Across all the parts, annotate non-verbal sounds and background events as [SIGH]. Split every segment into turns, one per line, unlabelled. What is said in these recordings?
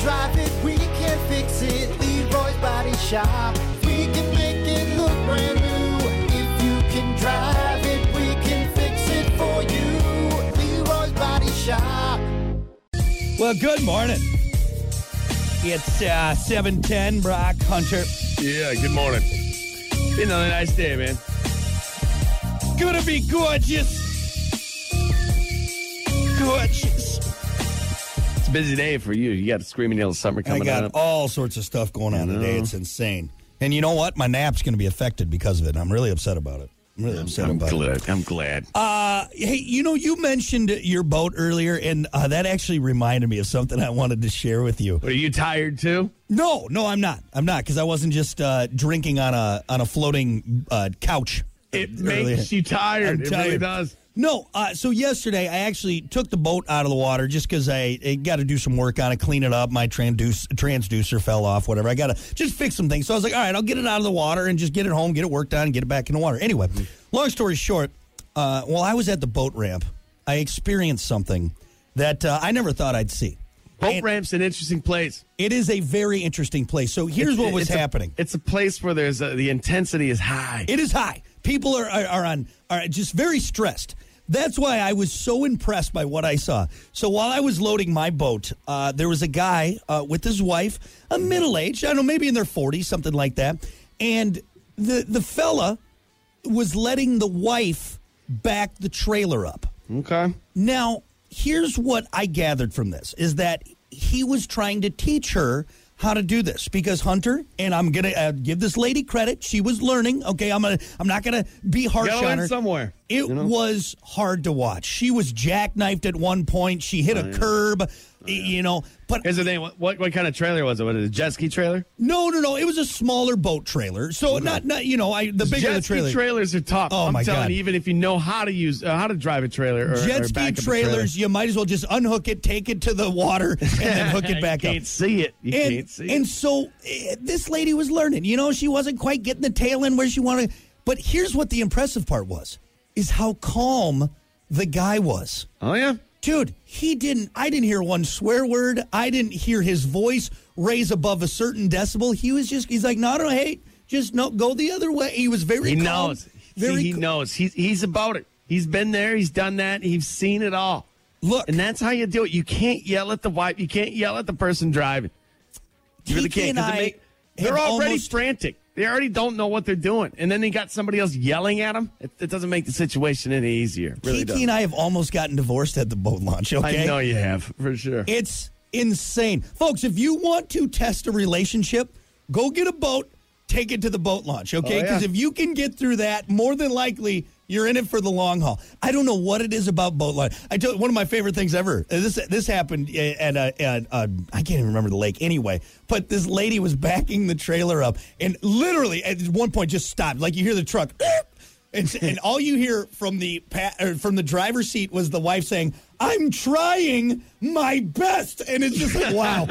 drive it, we can fix it. Leroy's Body Shop. We can make it look brand new. If you can drive it, we can fix it for you. Leroy's Body Shop.
Well, good morning. It's uh, 710, Brock Hunter.
Yeah, good morning. Be another nice day, man.
Gonna be gorgeous. Gorgeous.
It's a busy day for you. You got Screaming Yellow Summer
I
coming
got
up.
all sorts of stuff going on today. It's insane. And you know what? My nap's going to be affected because of it. I'm really upset about it. I'm really upset
I'm
about it.
glad. I'm glad.
Uh, hey, you know, you mentioned your boat earlier, and uh, that actually reminded me of something I wanted to share with you.
Are you tired too?
No, no, I'm not. I'm not because I wasn't just uh, drinking on a on a floating uh, couch.
It
earlier.
makes you tired.
I'm
It
tired.
really does.
No, uh, so yesterday I actually took the boat out of the water just because I, got to do some work on it, clean it up. My transduce, transducer fell off, whatever. I got to just fix some things. So I was like, all right, I'll get it out of the water and just get it home, get it worked on, and get it back in the water. Anyway, long story short, uh, while I was at the boat ramp, I experienced something that uh, I never thought I'd see.
Boat
And
ramp's an interesting place.
It is a very interesting place. So here's what was
It's a-
happening.
it's a place where there's a, the intensity is high.
It is high. People are, are, are on are just very stressed. That's why I was so impressed by what I saw. So while I was loading my boat, uh, there was a guy uh, with his wife, a middle aged, I don't know, maybe in their 40s, something like that. And the the fella was letting the wife back the trailer up.
okay.
Now, here's what I gathered from this is that he was trying to teach her how to do this because Hunter and I'm going to uh, give this lady credit, she was learning. Okay, I'm going to I'm not going to be harsh
Gotta
on
learn
her.
somewhere.
It was hard to watch. She was jackknifed at one point. She
Oh,
hit a curb, y- you know, but
Here's the thing. What, what what kind of trailer was it? Was it a jet ski trailer?
no, no, no. It was a smaller boat trailer. So not not you know, I the bigger
jet
the trailer.
ski trailers are tough.
Oh,
I'm
my
telling
God.
you, even if you know how to use uh, how to drive a trailer or
Jet
or
ski
back up a trailer.
trailers, you might as well just unhook it, take it to the water, and then hook
[LAUGHS]
it back
you
up.
can't see it. You
and,
can't see
and
it.
so eh, this lady was learning. You know, she wasn't quite getting the tail end where she wanted. But here's what the impressive part was: is how calm the guy was.
Oh yeah.
Dude, he didn't. I didn't hear one swear word. I didn't hear his voice raise above a certain decibel. He was just. He's like, no, no, hey, just no, go the other way. He was very.
He
calm,
knows.
Very.
See, he
ca-
knows. He's he's about it. He's been there. He's done that. He's seen it all.
Look,
And that's how you do it. You can't yell at the wife. You can't yell at the person driving. You really
Tiki
can't.
and
'cause it
I
make- they're
have
already
almost-
frantic. They already don't know what they're doing, and then they got somebody else yelling at them. It, it doesn't make the situation any easier. It Really
Kiki
doesn't.
and I have almost gotten divorced at the boat launch. Okay,
I know you have for sure.
It's insane. Folks, if you want to test a relationship, go get a boat, take it to the boat launch, okay?
Oh, yeah.
Because if you can get through that, more than likely you're in it for the long haul. I don't know what it is about boat launch. I tell one of my favorite things ever. uh, This this happened at, uh at uh, I can't even remember the lake anyway, but this lady was backing the trailer up and literally at one point just stopped. Like you hear the truck [LAUGHS] and, and all you hear from the pa- or from the driver's seat was the wife saying, "I'm trying my best," and it's just like,
[LAUGHS]
"Wow,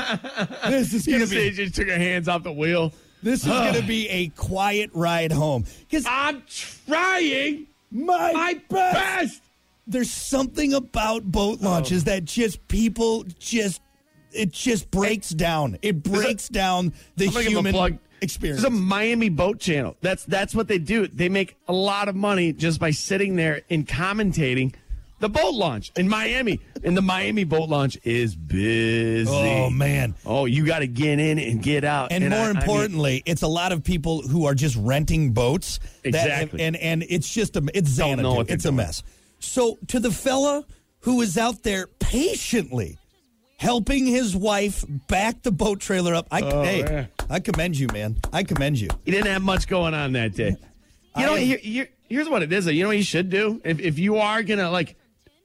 this is
you
gonna
just,
be
just took your hands off the wheel.
this is gonna be a quiet ride home." Because
I'm trying
my,
my
best.
best. Um,
there's something about boat launches that just people just it just breaks down. It breaks down the
I'm gonna give 'em
human
a plug.
experience.
There's a Miami boat channel. That's that's what they do. They make a lot of money just by sitting there and commentating the boat launch in Miami. and the Miami boat launch is busy.
oh man.
Oh, you got to get in and get out.
And, more
I- I mean,
importantly, it's a lot of people who are just renting boats.
Exactly.
and and it's just a it's Xanadu.
know what they're
it's a
doing.
mess. So to the fella who is out there patiently helping his wife back the boat trailer up, I hey,
yeah.
I commend you, man. I commend you.
he didn't have much going on that day. You know,
I-
here, here- here's what it is. though. You know what you should do if if you are gonna like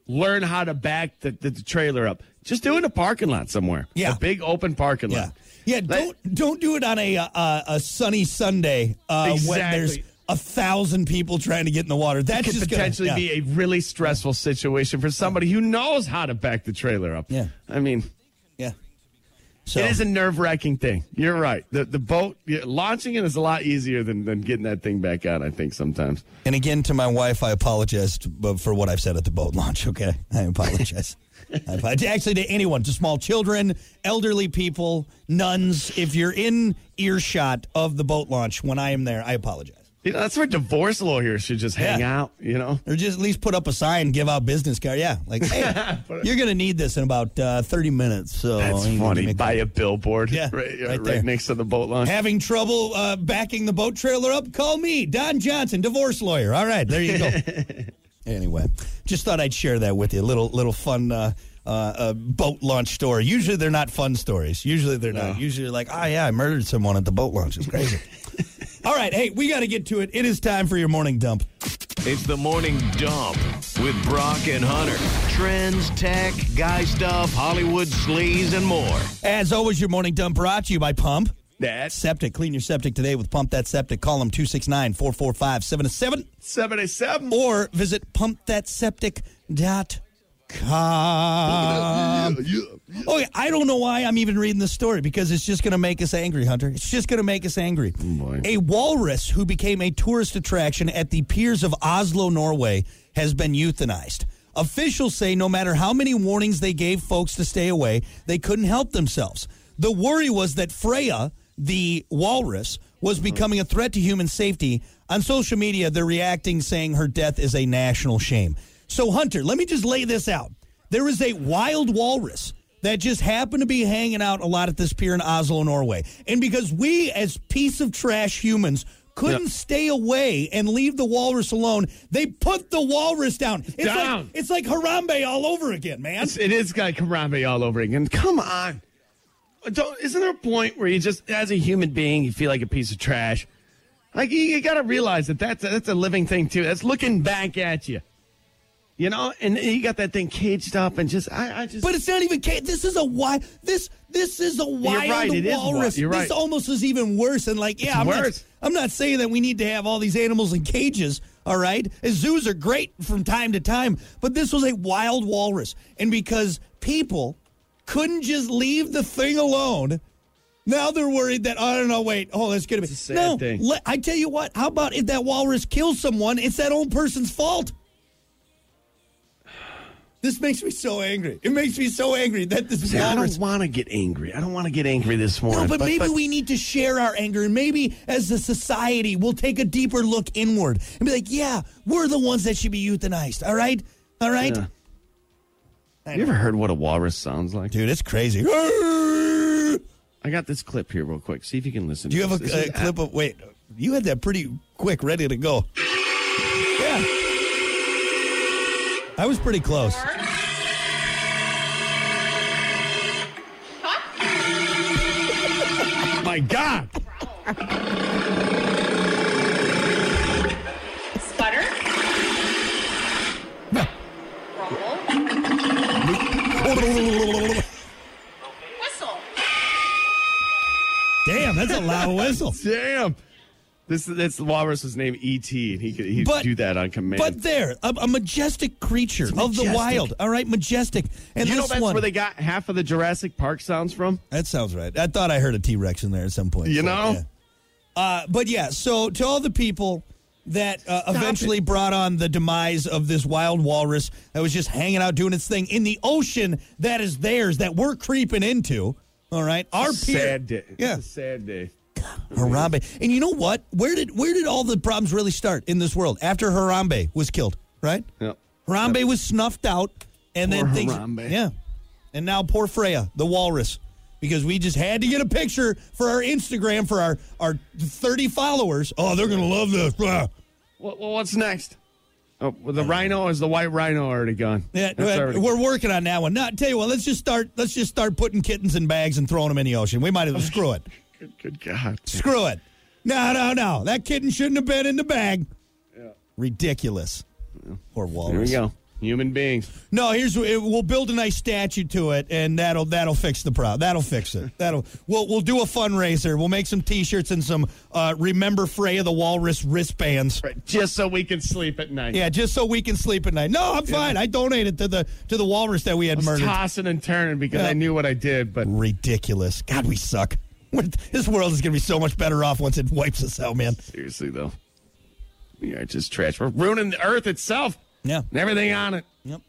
learn how to back the, the, the trailer up. Just do it in a parking lot somewhere.
Yeah.
a big open parking
Yeah,
lot.
yeah.
Like-
Don't don't do it on a uh, uh, a sunny Sunday uh, when
Exactly.
there's a thousand people trying to get in the water. That's
could
just
potentially
gonna, yeah.
be a really stressful situation for somebody who knows how to back the trailer up.
Yeah.
I mean,
yeah. So
it is a nerve wracking thing. You're right. The the boat yeah, launching it is a lot easier than, than getting that thing back out. I think sometimes.
uh, [LAUGHS]
[LAUGHS]
And again, to my wife, I apologize t- b- for what I've said at the boat launch, okay? I apologize. I apo- Actually, to anyone, to small children, elderly people, nuns. If you're in earshot of the boat launch when I am there, I apologize.
You know, that's where divorce lawyers should just hang
Yeah.
out, you know?
Or just at least put up a sign, give out business card. Yeah, like
[LAUGHS]
hey, [LAUGHS] you're gonna need this in about uh, 30 minutes. So
That's
you need to
funny. [LAUGHS]
make-
Buy a billboard
Yeah,
right,
right
right,
there.
next to the boat launch.
Having trouble uh, backing the boat trailer up? Call me, Don Johnson, divorce lawyer. All right, there
[LAUGHS]
you go. anyway, just thought I'd share that with you. Little little fun uh, uh, uh, boat launch story. Usually they're not fun stories. Usually they're not. Usually like, oh yeah, I murdered someone at the boat launch. It's
[LAUGHS]
crazy. All right, hey, we got to get to it. It is time for your morning dump.
It's the morning dump with Brock and Hunter. Trends, tech, guy stuff, Hollywood sleaze, and more.
As always, your morning dump brought to you by Pump.
That's
Septic. Clean your septic today with Pump That Septic. Call them 269 445 707.
77.
or visit pumpthatseptic.com. Oh, yeah. I don't know why I'm even reading this story because it's just going to make us angry, Hunter. It's just going to make us angry. a walrus who became a tourist attraction at the piers of Oslo, Norway, has been euthanized. Officials say no matter how many warnings they gave folks to stay away, they couldn't help themselves. The worry was that Freya, the walrus, was becoming a threat to human safety. On social media, they're reacting saying her death is a national shame. So, Hunter, let me just lay this out. There is a wild walrus that just happened to be hanging out a lot at this pier in Oslo, Norway. And because we, as piece of trash humans, couldn't
Yep.
stay away and leave the walrus alone, they put the walrus down. It's
Down.
like it's like Harambe all over again, man.
It is Guy Karambe all over again. Come on. Don't, isn't there a point where you just, as a human being, you feel like a piece of trash? Like, you, you got to realize that that's a, that's a living thing, too. That's looking back at you. You know? And you got that thing caged up and just, I, I just.
But it's not even. ca- This is a wild. This this is a wild
right, it is wild.
walrus.
You're
This
right.
almost is even worse. And like, yeah, I'm
worse.
not. I'm not saying that we need to have all these animals in cages. All right, And zoos are great from time to time, but this was a wild walrus, and because people couldn't just leave the thing alone. Now they're worried that oh no wait oh that's gonna be
a sad
no
thing.
le- I tell you what how about if that walrus kills someone it's that old person's fault this makes me so angry it makes me so angry that this
See, I
walrus
don't want to get angry. I don't want to get angry this morning.
no, but, maybe we need to share our anger, and maybe as a society, we'll take a deeper look inward and be like, "Yeah, we're the ones that should be euthanized." All right, all right,
Yeah. You ever heard what a walrus sounds like?
dude, it's crazy. Do
I got this clip here real quick. See if you can listen.
you
to
have
this.
a,
This
a
is-
clip of? Wait, you had that pretty quick, ready to go. Yeah, I was pretty close.
Oh my
[LAUGHS]
God!
Sputter. Rumble. Whistle.
Damn, that's a loud
[LAUGHS]
whistle.
Damn. This this walrus was named E.T. and he could he
But-
could do that on command.
But there, a, a majestic creature of the
majestic.
wild. All right, majestic. And
you know
this
that's
one,
where they got half of the Jurassic Park sounds from.
That sounds right. I thought I heard a T Rex in there at some point.
You
so,
know?
yeah. Uh, but yeah, so to all the people that uh, eventually brought on the demise of this wild walrus that was just hanging out doing its thing in the ocean that is theirs that we're creeping into. All right, our pier-
sad day.
Yeah,
It's a sad day.
Harambe. And you know what? Where did where did all the problems really start in this world after Harambe was killed? Right.
Yep.
Harambe was snuffed out, and
Poor
then things.
Harambe.
Yeah, and now poor Freya, the walrus, because we just had to get a picture for our Instagram for our our thirty followers. Oh, they're gonna love this. Blah.
What, well, what's next? Oh, well, the rhino is the white rhino already gone.
Yeah,
That's
uh,
already-
we're working on that one. No, I tell you what, let's just start. Let's just start putting kittens in bags and throwing them in the ocean. We might as well screw it.
good, good God.
Screw it. No, no, no. That kitten shouldn't have been in the bag. Ridiculous. Poor walrus.
Here we go. Human beings.
No, here's it, we'll build a nice statue to it, and that'll that'll fix the problem. That'll fix it. That'll we'll we'll do a fundraiser. We'll make some T-shirts and some uh, remember Freya the Walrus wristbands.
Right, just so we can sleep at night.
Yeah, just so we can sleep at night. No, I'm fine. I donated to the to the walrus that we had
I was
murdered.
tossing and turning because
Yeah.
I knew what I did, but
Ridiculous. God, we suck. [LAUGHS] We're- This world is going to be so much better off once it wipes us out, man.
seriously though, we are just trash. We're ruining the earth itself
Yeah.
and everything on it.
Yep.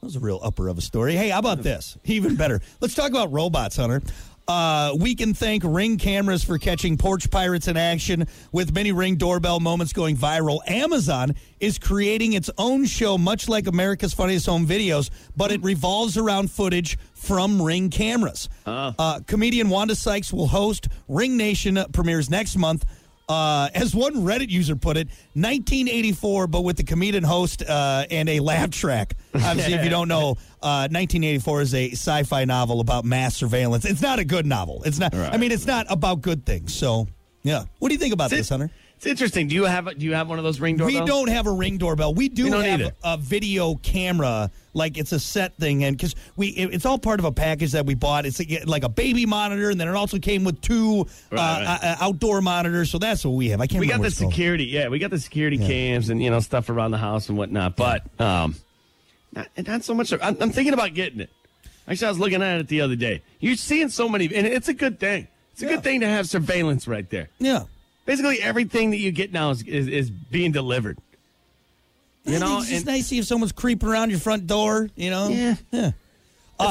That was a real upper of a story. Hey, how about this? Even better. Let's talk about robots, Hunter. Uh, we can thank Ring cameras for catching porch pirates in action with many Ring doorbell moments going viral. Amazon is creating its own show, much like America's Funniest Home Videos, but it revolves around footage from Ring cameras. Uh, comedian Wanda Sykes will host. Ring Nation premieres next month uh, as one Reddit user put it, 1984, but with the comedian host uh, and a laugh track. Obviously, if you don't know, uh, 1984 is a sci-fi novel about mass surveillance. It's not a good novel. It's not. I mean, it's not about good things. So, yeah. What do you think about this, Hunter?
It's interesting. Do you have do you have one of those ring doorbells?
We don't have a ring doorbell. We do
We don't
have
need it.
a video camera, like it's a set thing, and because we, it- it's all part of a package that we bought. It's like, like a baby monitor, and then it also came with two
Right,
uh,
right.
uh, outdoor monitors. So that's what we have. I can't.
We got
remember
the
what it's called.
security. Yeah, we got the security cams and you know stuff around the house and whatnot. But um, not, and not so much. I'm, I'm thinking about getting it. Actually, I was looking at it the other day. You're seeing so many, and it's a good thing. It's a
Yeah.
good thing to have surveillance right there.
Yeah.
Basically, everything that you get now is is, is being delivered. You
I think
know,
it's just
and-
nice to see if someone's creeping around your front door. You know,
Yeah.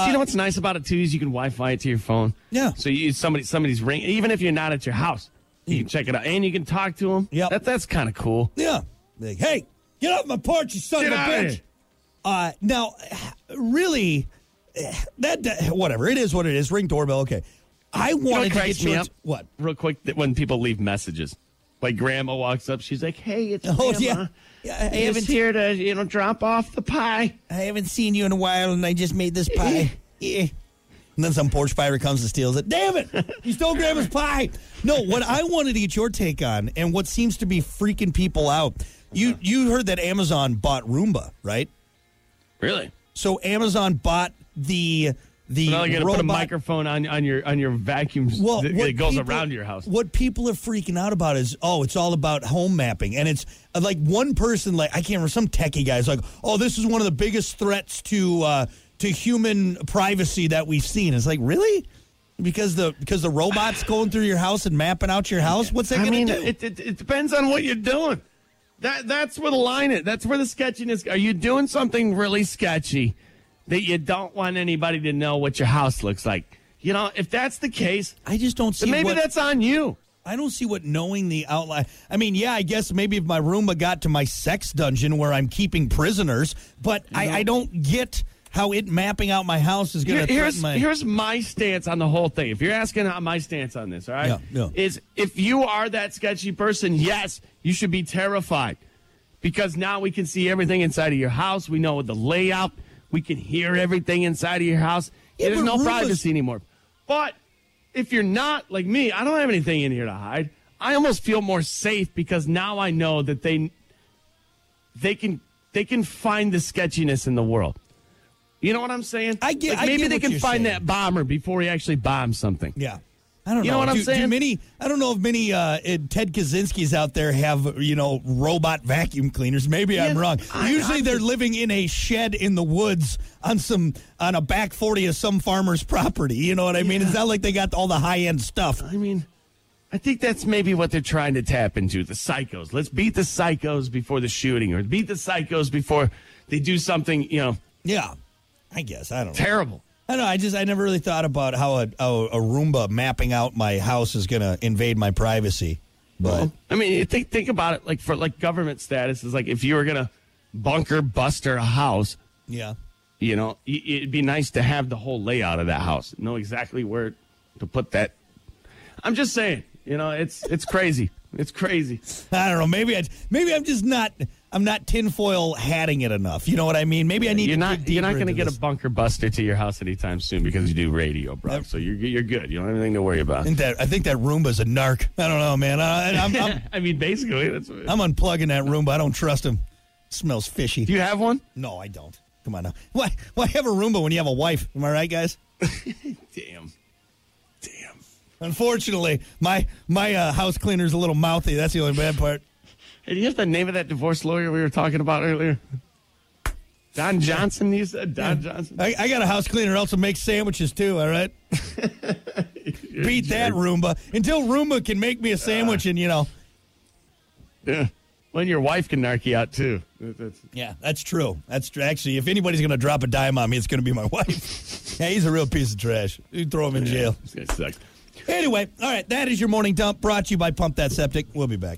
you know what's nice about it too is you can Wi-Fi it to your phone.
uh, Yeah.
So you somebody somebody's ring, even if you're not at your house, you can check it out and you can talk to them.
Mm. Yep.
That, that's kind of cool.
yeah. Like, hey, get off my porch, you son
Get
of a
outta
bitch.
here.
Uh, now, really, eh, that, that- whatever it is, what it is. Ring doorbell. Okay, I
You know
wanted
what
to
cracks
get
me
your
up?
what?
Real quick, that when people leave messages, like Grandma walks up, she's like, "Hey, it's
Oh,
Grandma.
yeah. Yeah, I
I
haven't-
was here to you know drop off the pie."
I haven't seen you in a while, and I just made
[LAUGHS]
this pie. Eh. And then some porch pirate comes and steals it. Damn it! You stole grandma's pie. No, what I wanted to get your take on, and what seems to be freaking people out. You you heard that Amazon bought Roomba, right?
Really?
So Amazon bought the the
Now you're gonna
robot.
put a microphone on on your on your vacuum
Well,
that,
what
that goes
people-
around your house.
What people are freaking out about is, oh, it's all about home mapping, and it's uh, like one person, like I can't remember, some techie guy's like, oh, this is one of the biggest threats to uh, to human privacy that we've seen. It's like really. Because the because the robots going through your house and mapping out your house, what's that
I
going to
mean,
do?
it, it it depends on what you're doing. That that's where the line is. That's where the sketchiness. Are you doing something really sketchy that you don't want anybody to know what your house looks like? You know, if that's the case,
I just don't see.
then maybe
what,
that's on you.
I don't see what knowing the outline. I mean, yeah, I guess maybe if my Roomba got to my sex dungeon where I'm keeping prisoners, but I, I don't get how it mapping out my house is going to
Here- here's
threaten my.
here's my stance on the whole thing. If you're asking how my stance on this, all right,
Yeah, yeah.
is if you are that sketchy person, yes, you should be terrified because now we can see everything inside of your house. We know the layout. We can hear everything inside of your house.
Yeah,
There's
but
no
Rufus-
privacy anymore. But if you're not like me, I don't have anything in here to hide. I almost feel more safe because now I know that they they can they can find the sketchiness in the world. You know what I'm saying?
I get-
Like,
I
maybe
get
they
what
can
you're
find
saying.
that bomber before he actually bombs something.
yeah. I don't
You know what I'm
do, Do
saying?
many, I don't know if many uh, it- Ted Kaczynski's out there have, you know, robot vacuum cleaners. Maybe I'm
Yeah,
wrong.
I-
Usually
I'm
they're
just-
living in a shed in the woods on some on a back 40 of some farmer's property. You know what I mean? It's not like they got all the high-end stuff.
I mean, I think that's maybe what they're trying to tap into the psychos. Let's beat the psychos before the shooting, or beat the psychos before they do something, you know,
Yeah. I guess. I don't know.
terrible.
I don't know. I just I never really thought about how a, how a Roomba mapping out my house is going to invade my privacy. But
I mean, you think think about it. Like for like government status is like if you were gonna bunker buster a house,
yeah,
you know, i- it'd be nice to have the whole layout of that house, know exactly where to put that. I'm just saying, you know, it's it's crazy. It's crazy.
I don't know. Maybe I maybe I'm just not I'm not tinfoil hatting it enough. You know what I mean? Maybe I need
You're
to
not
dig
you're not
deeper
going to
into
get
this.
a bunker buster to your house anytime soon because you do radio, bro.
Yep.
So you're you're good. You don't have anything to worry
I
about.
think that I think that Roomba's a narc. I don't know, man. I, I'm,
[LAUGHS]
I'm
I mean, basically, that's.
I'm unplugging that Roomba. I don't trust him. smells fishy.
do you have one?
no, I don't. Come on now. Why why have a Roomba when you have a wife? Am I right, guys?
Damn, damn.
Unfortunately, my my uh, house cleaner's a little mouthy. That's the only bad part.
Hey, do you have the name of that divorce lawyer we were talking about earlier? Don Johnson. You said Don Johnson.
I, I got a house cleaner who also makes sandwiches too. All right, beat that Roomba until Roomba can make me a sandwich and you know
Yeah. when your wife can narc you out too. That- that's-
Yeah, that's true. That's tr- actually, if anybody's going to drop a dime on me, it's going to be my [LAUGHS] wife. yeah, he's a real piece of trash. You throw him in jail.
This guy sucks.
Anyway, all right, that is your morning dump brought to you by Pump That Septic. We'll be back.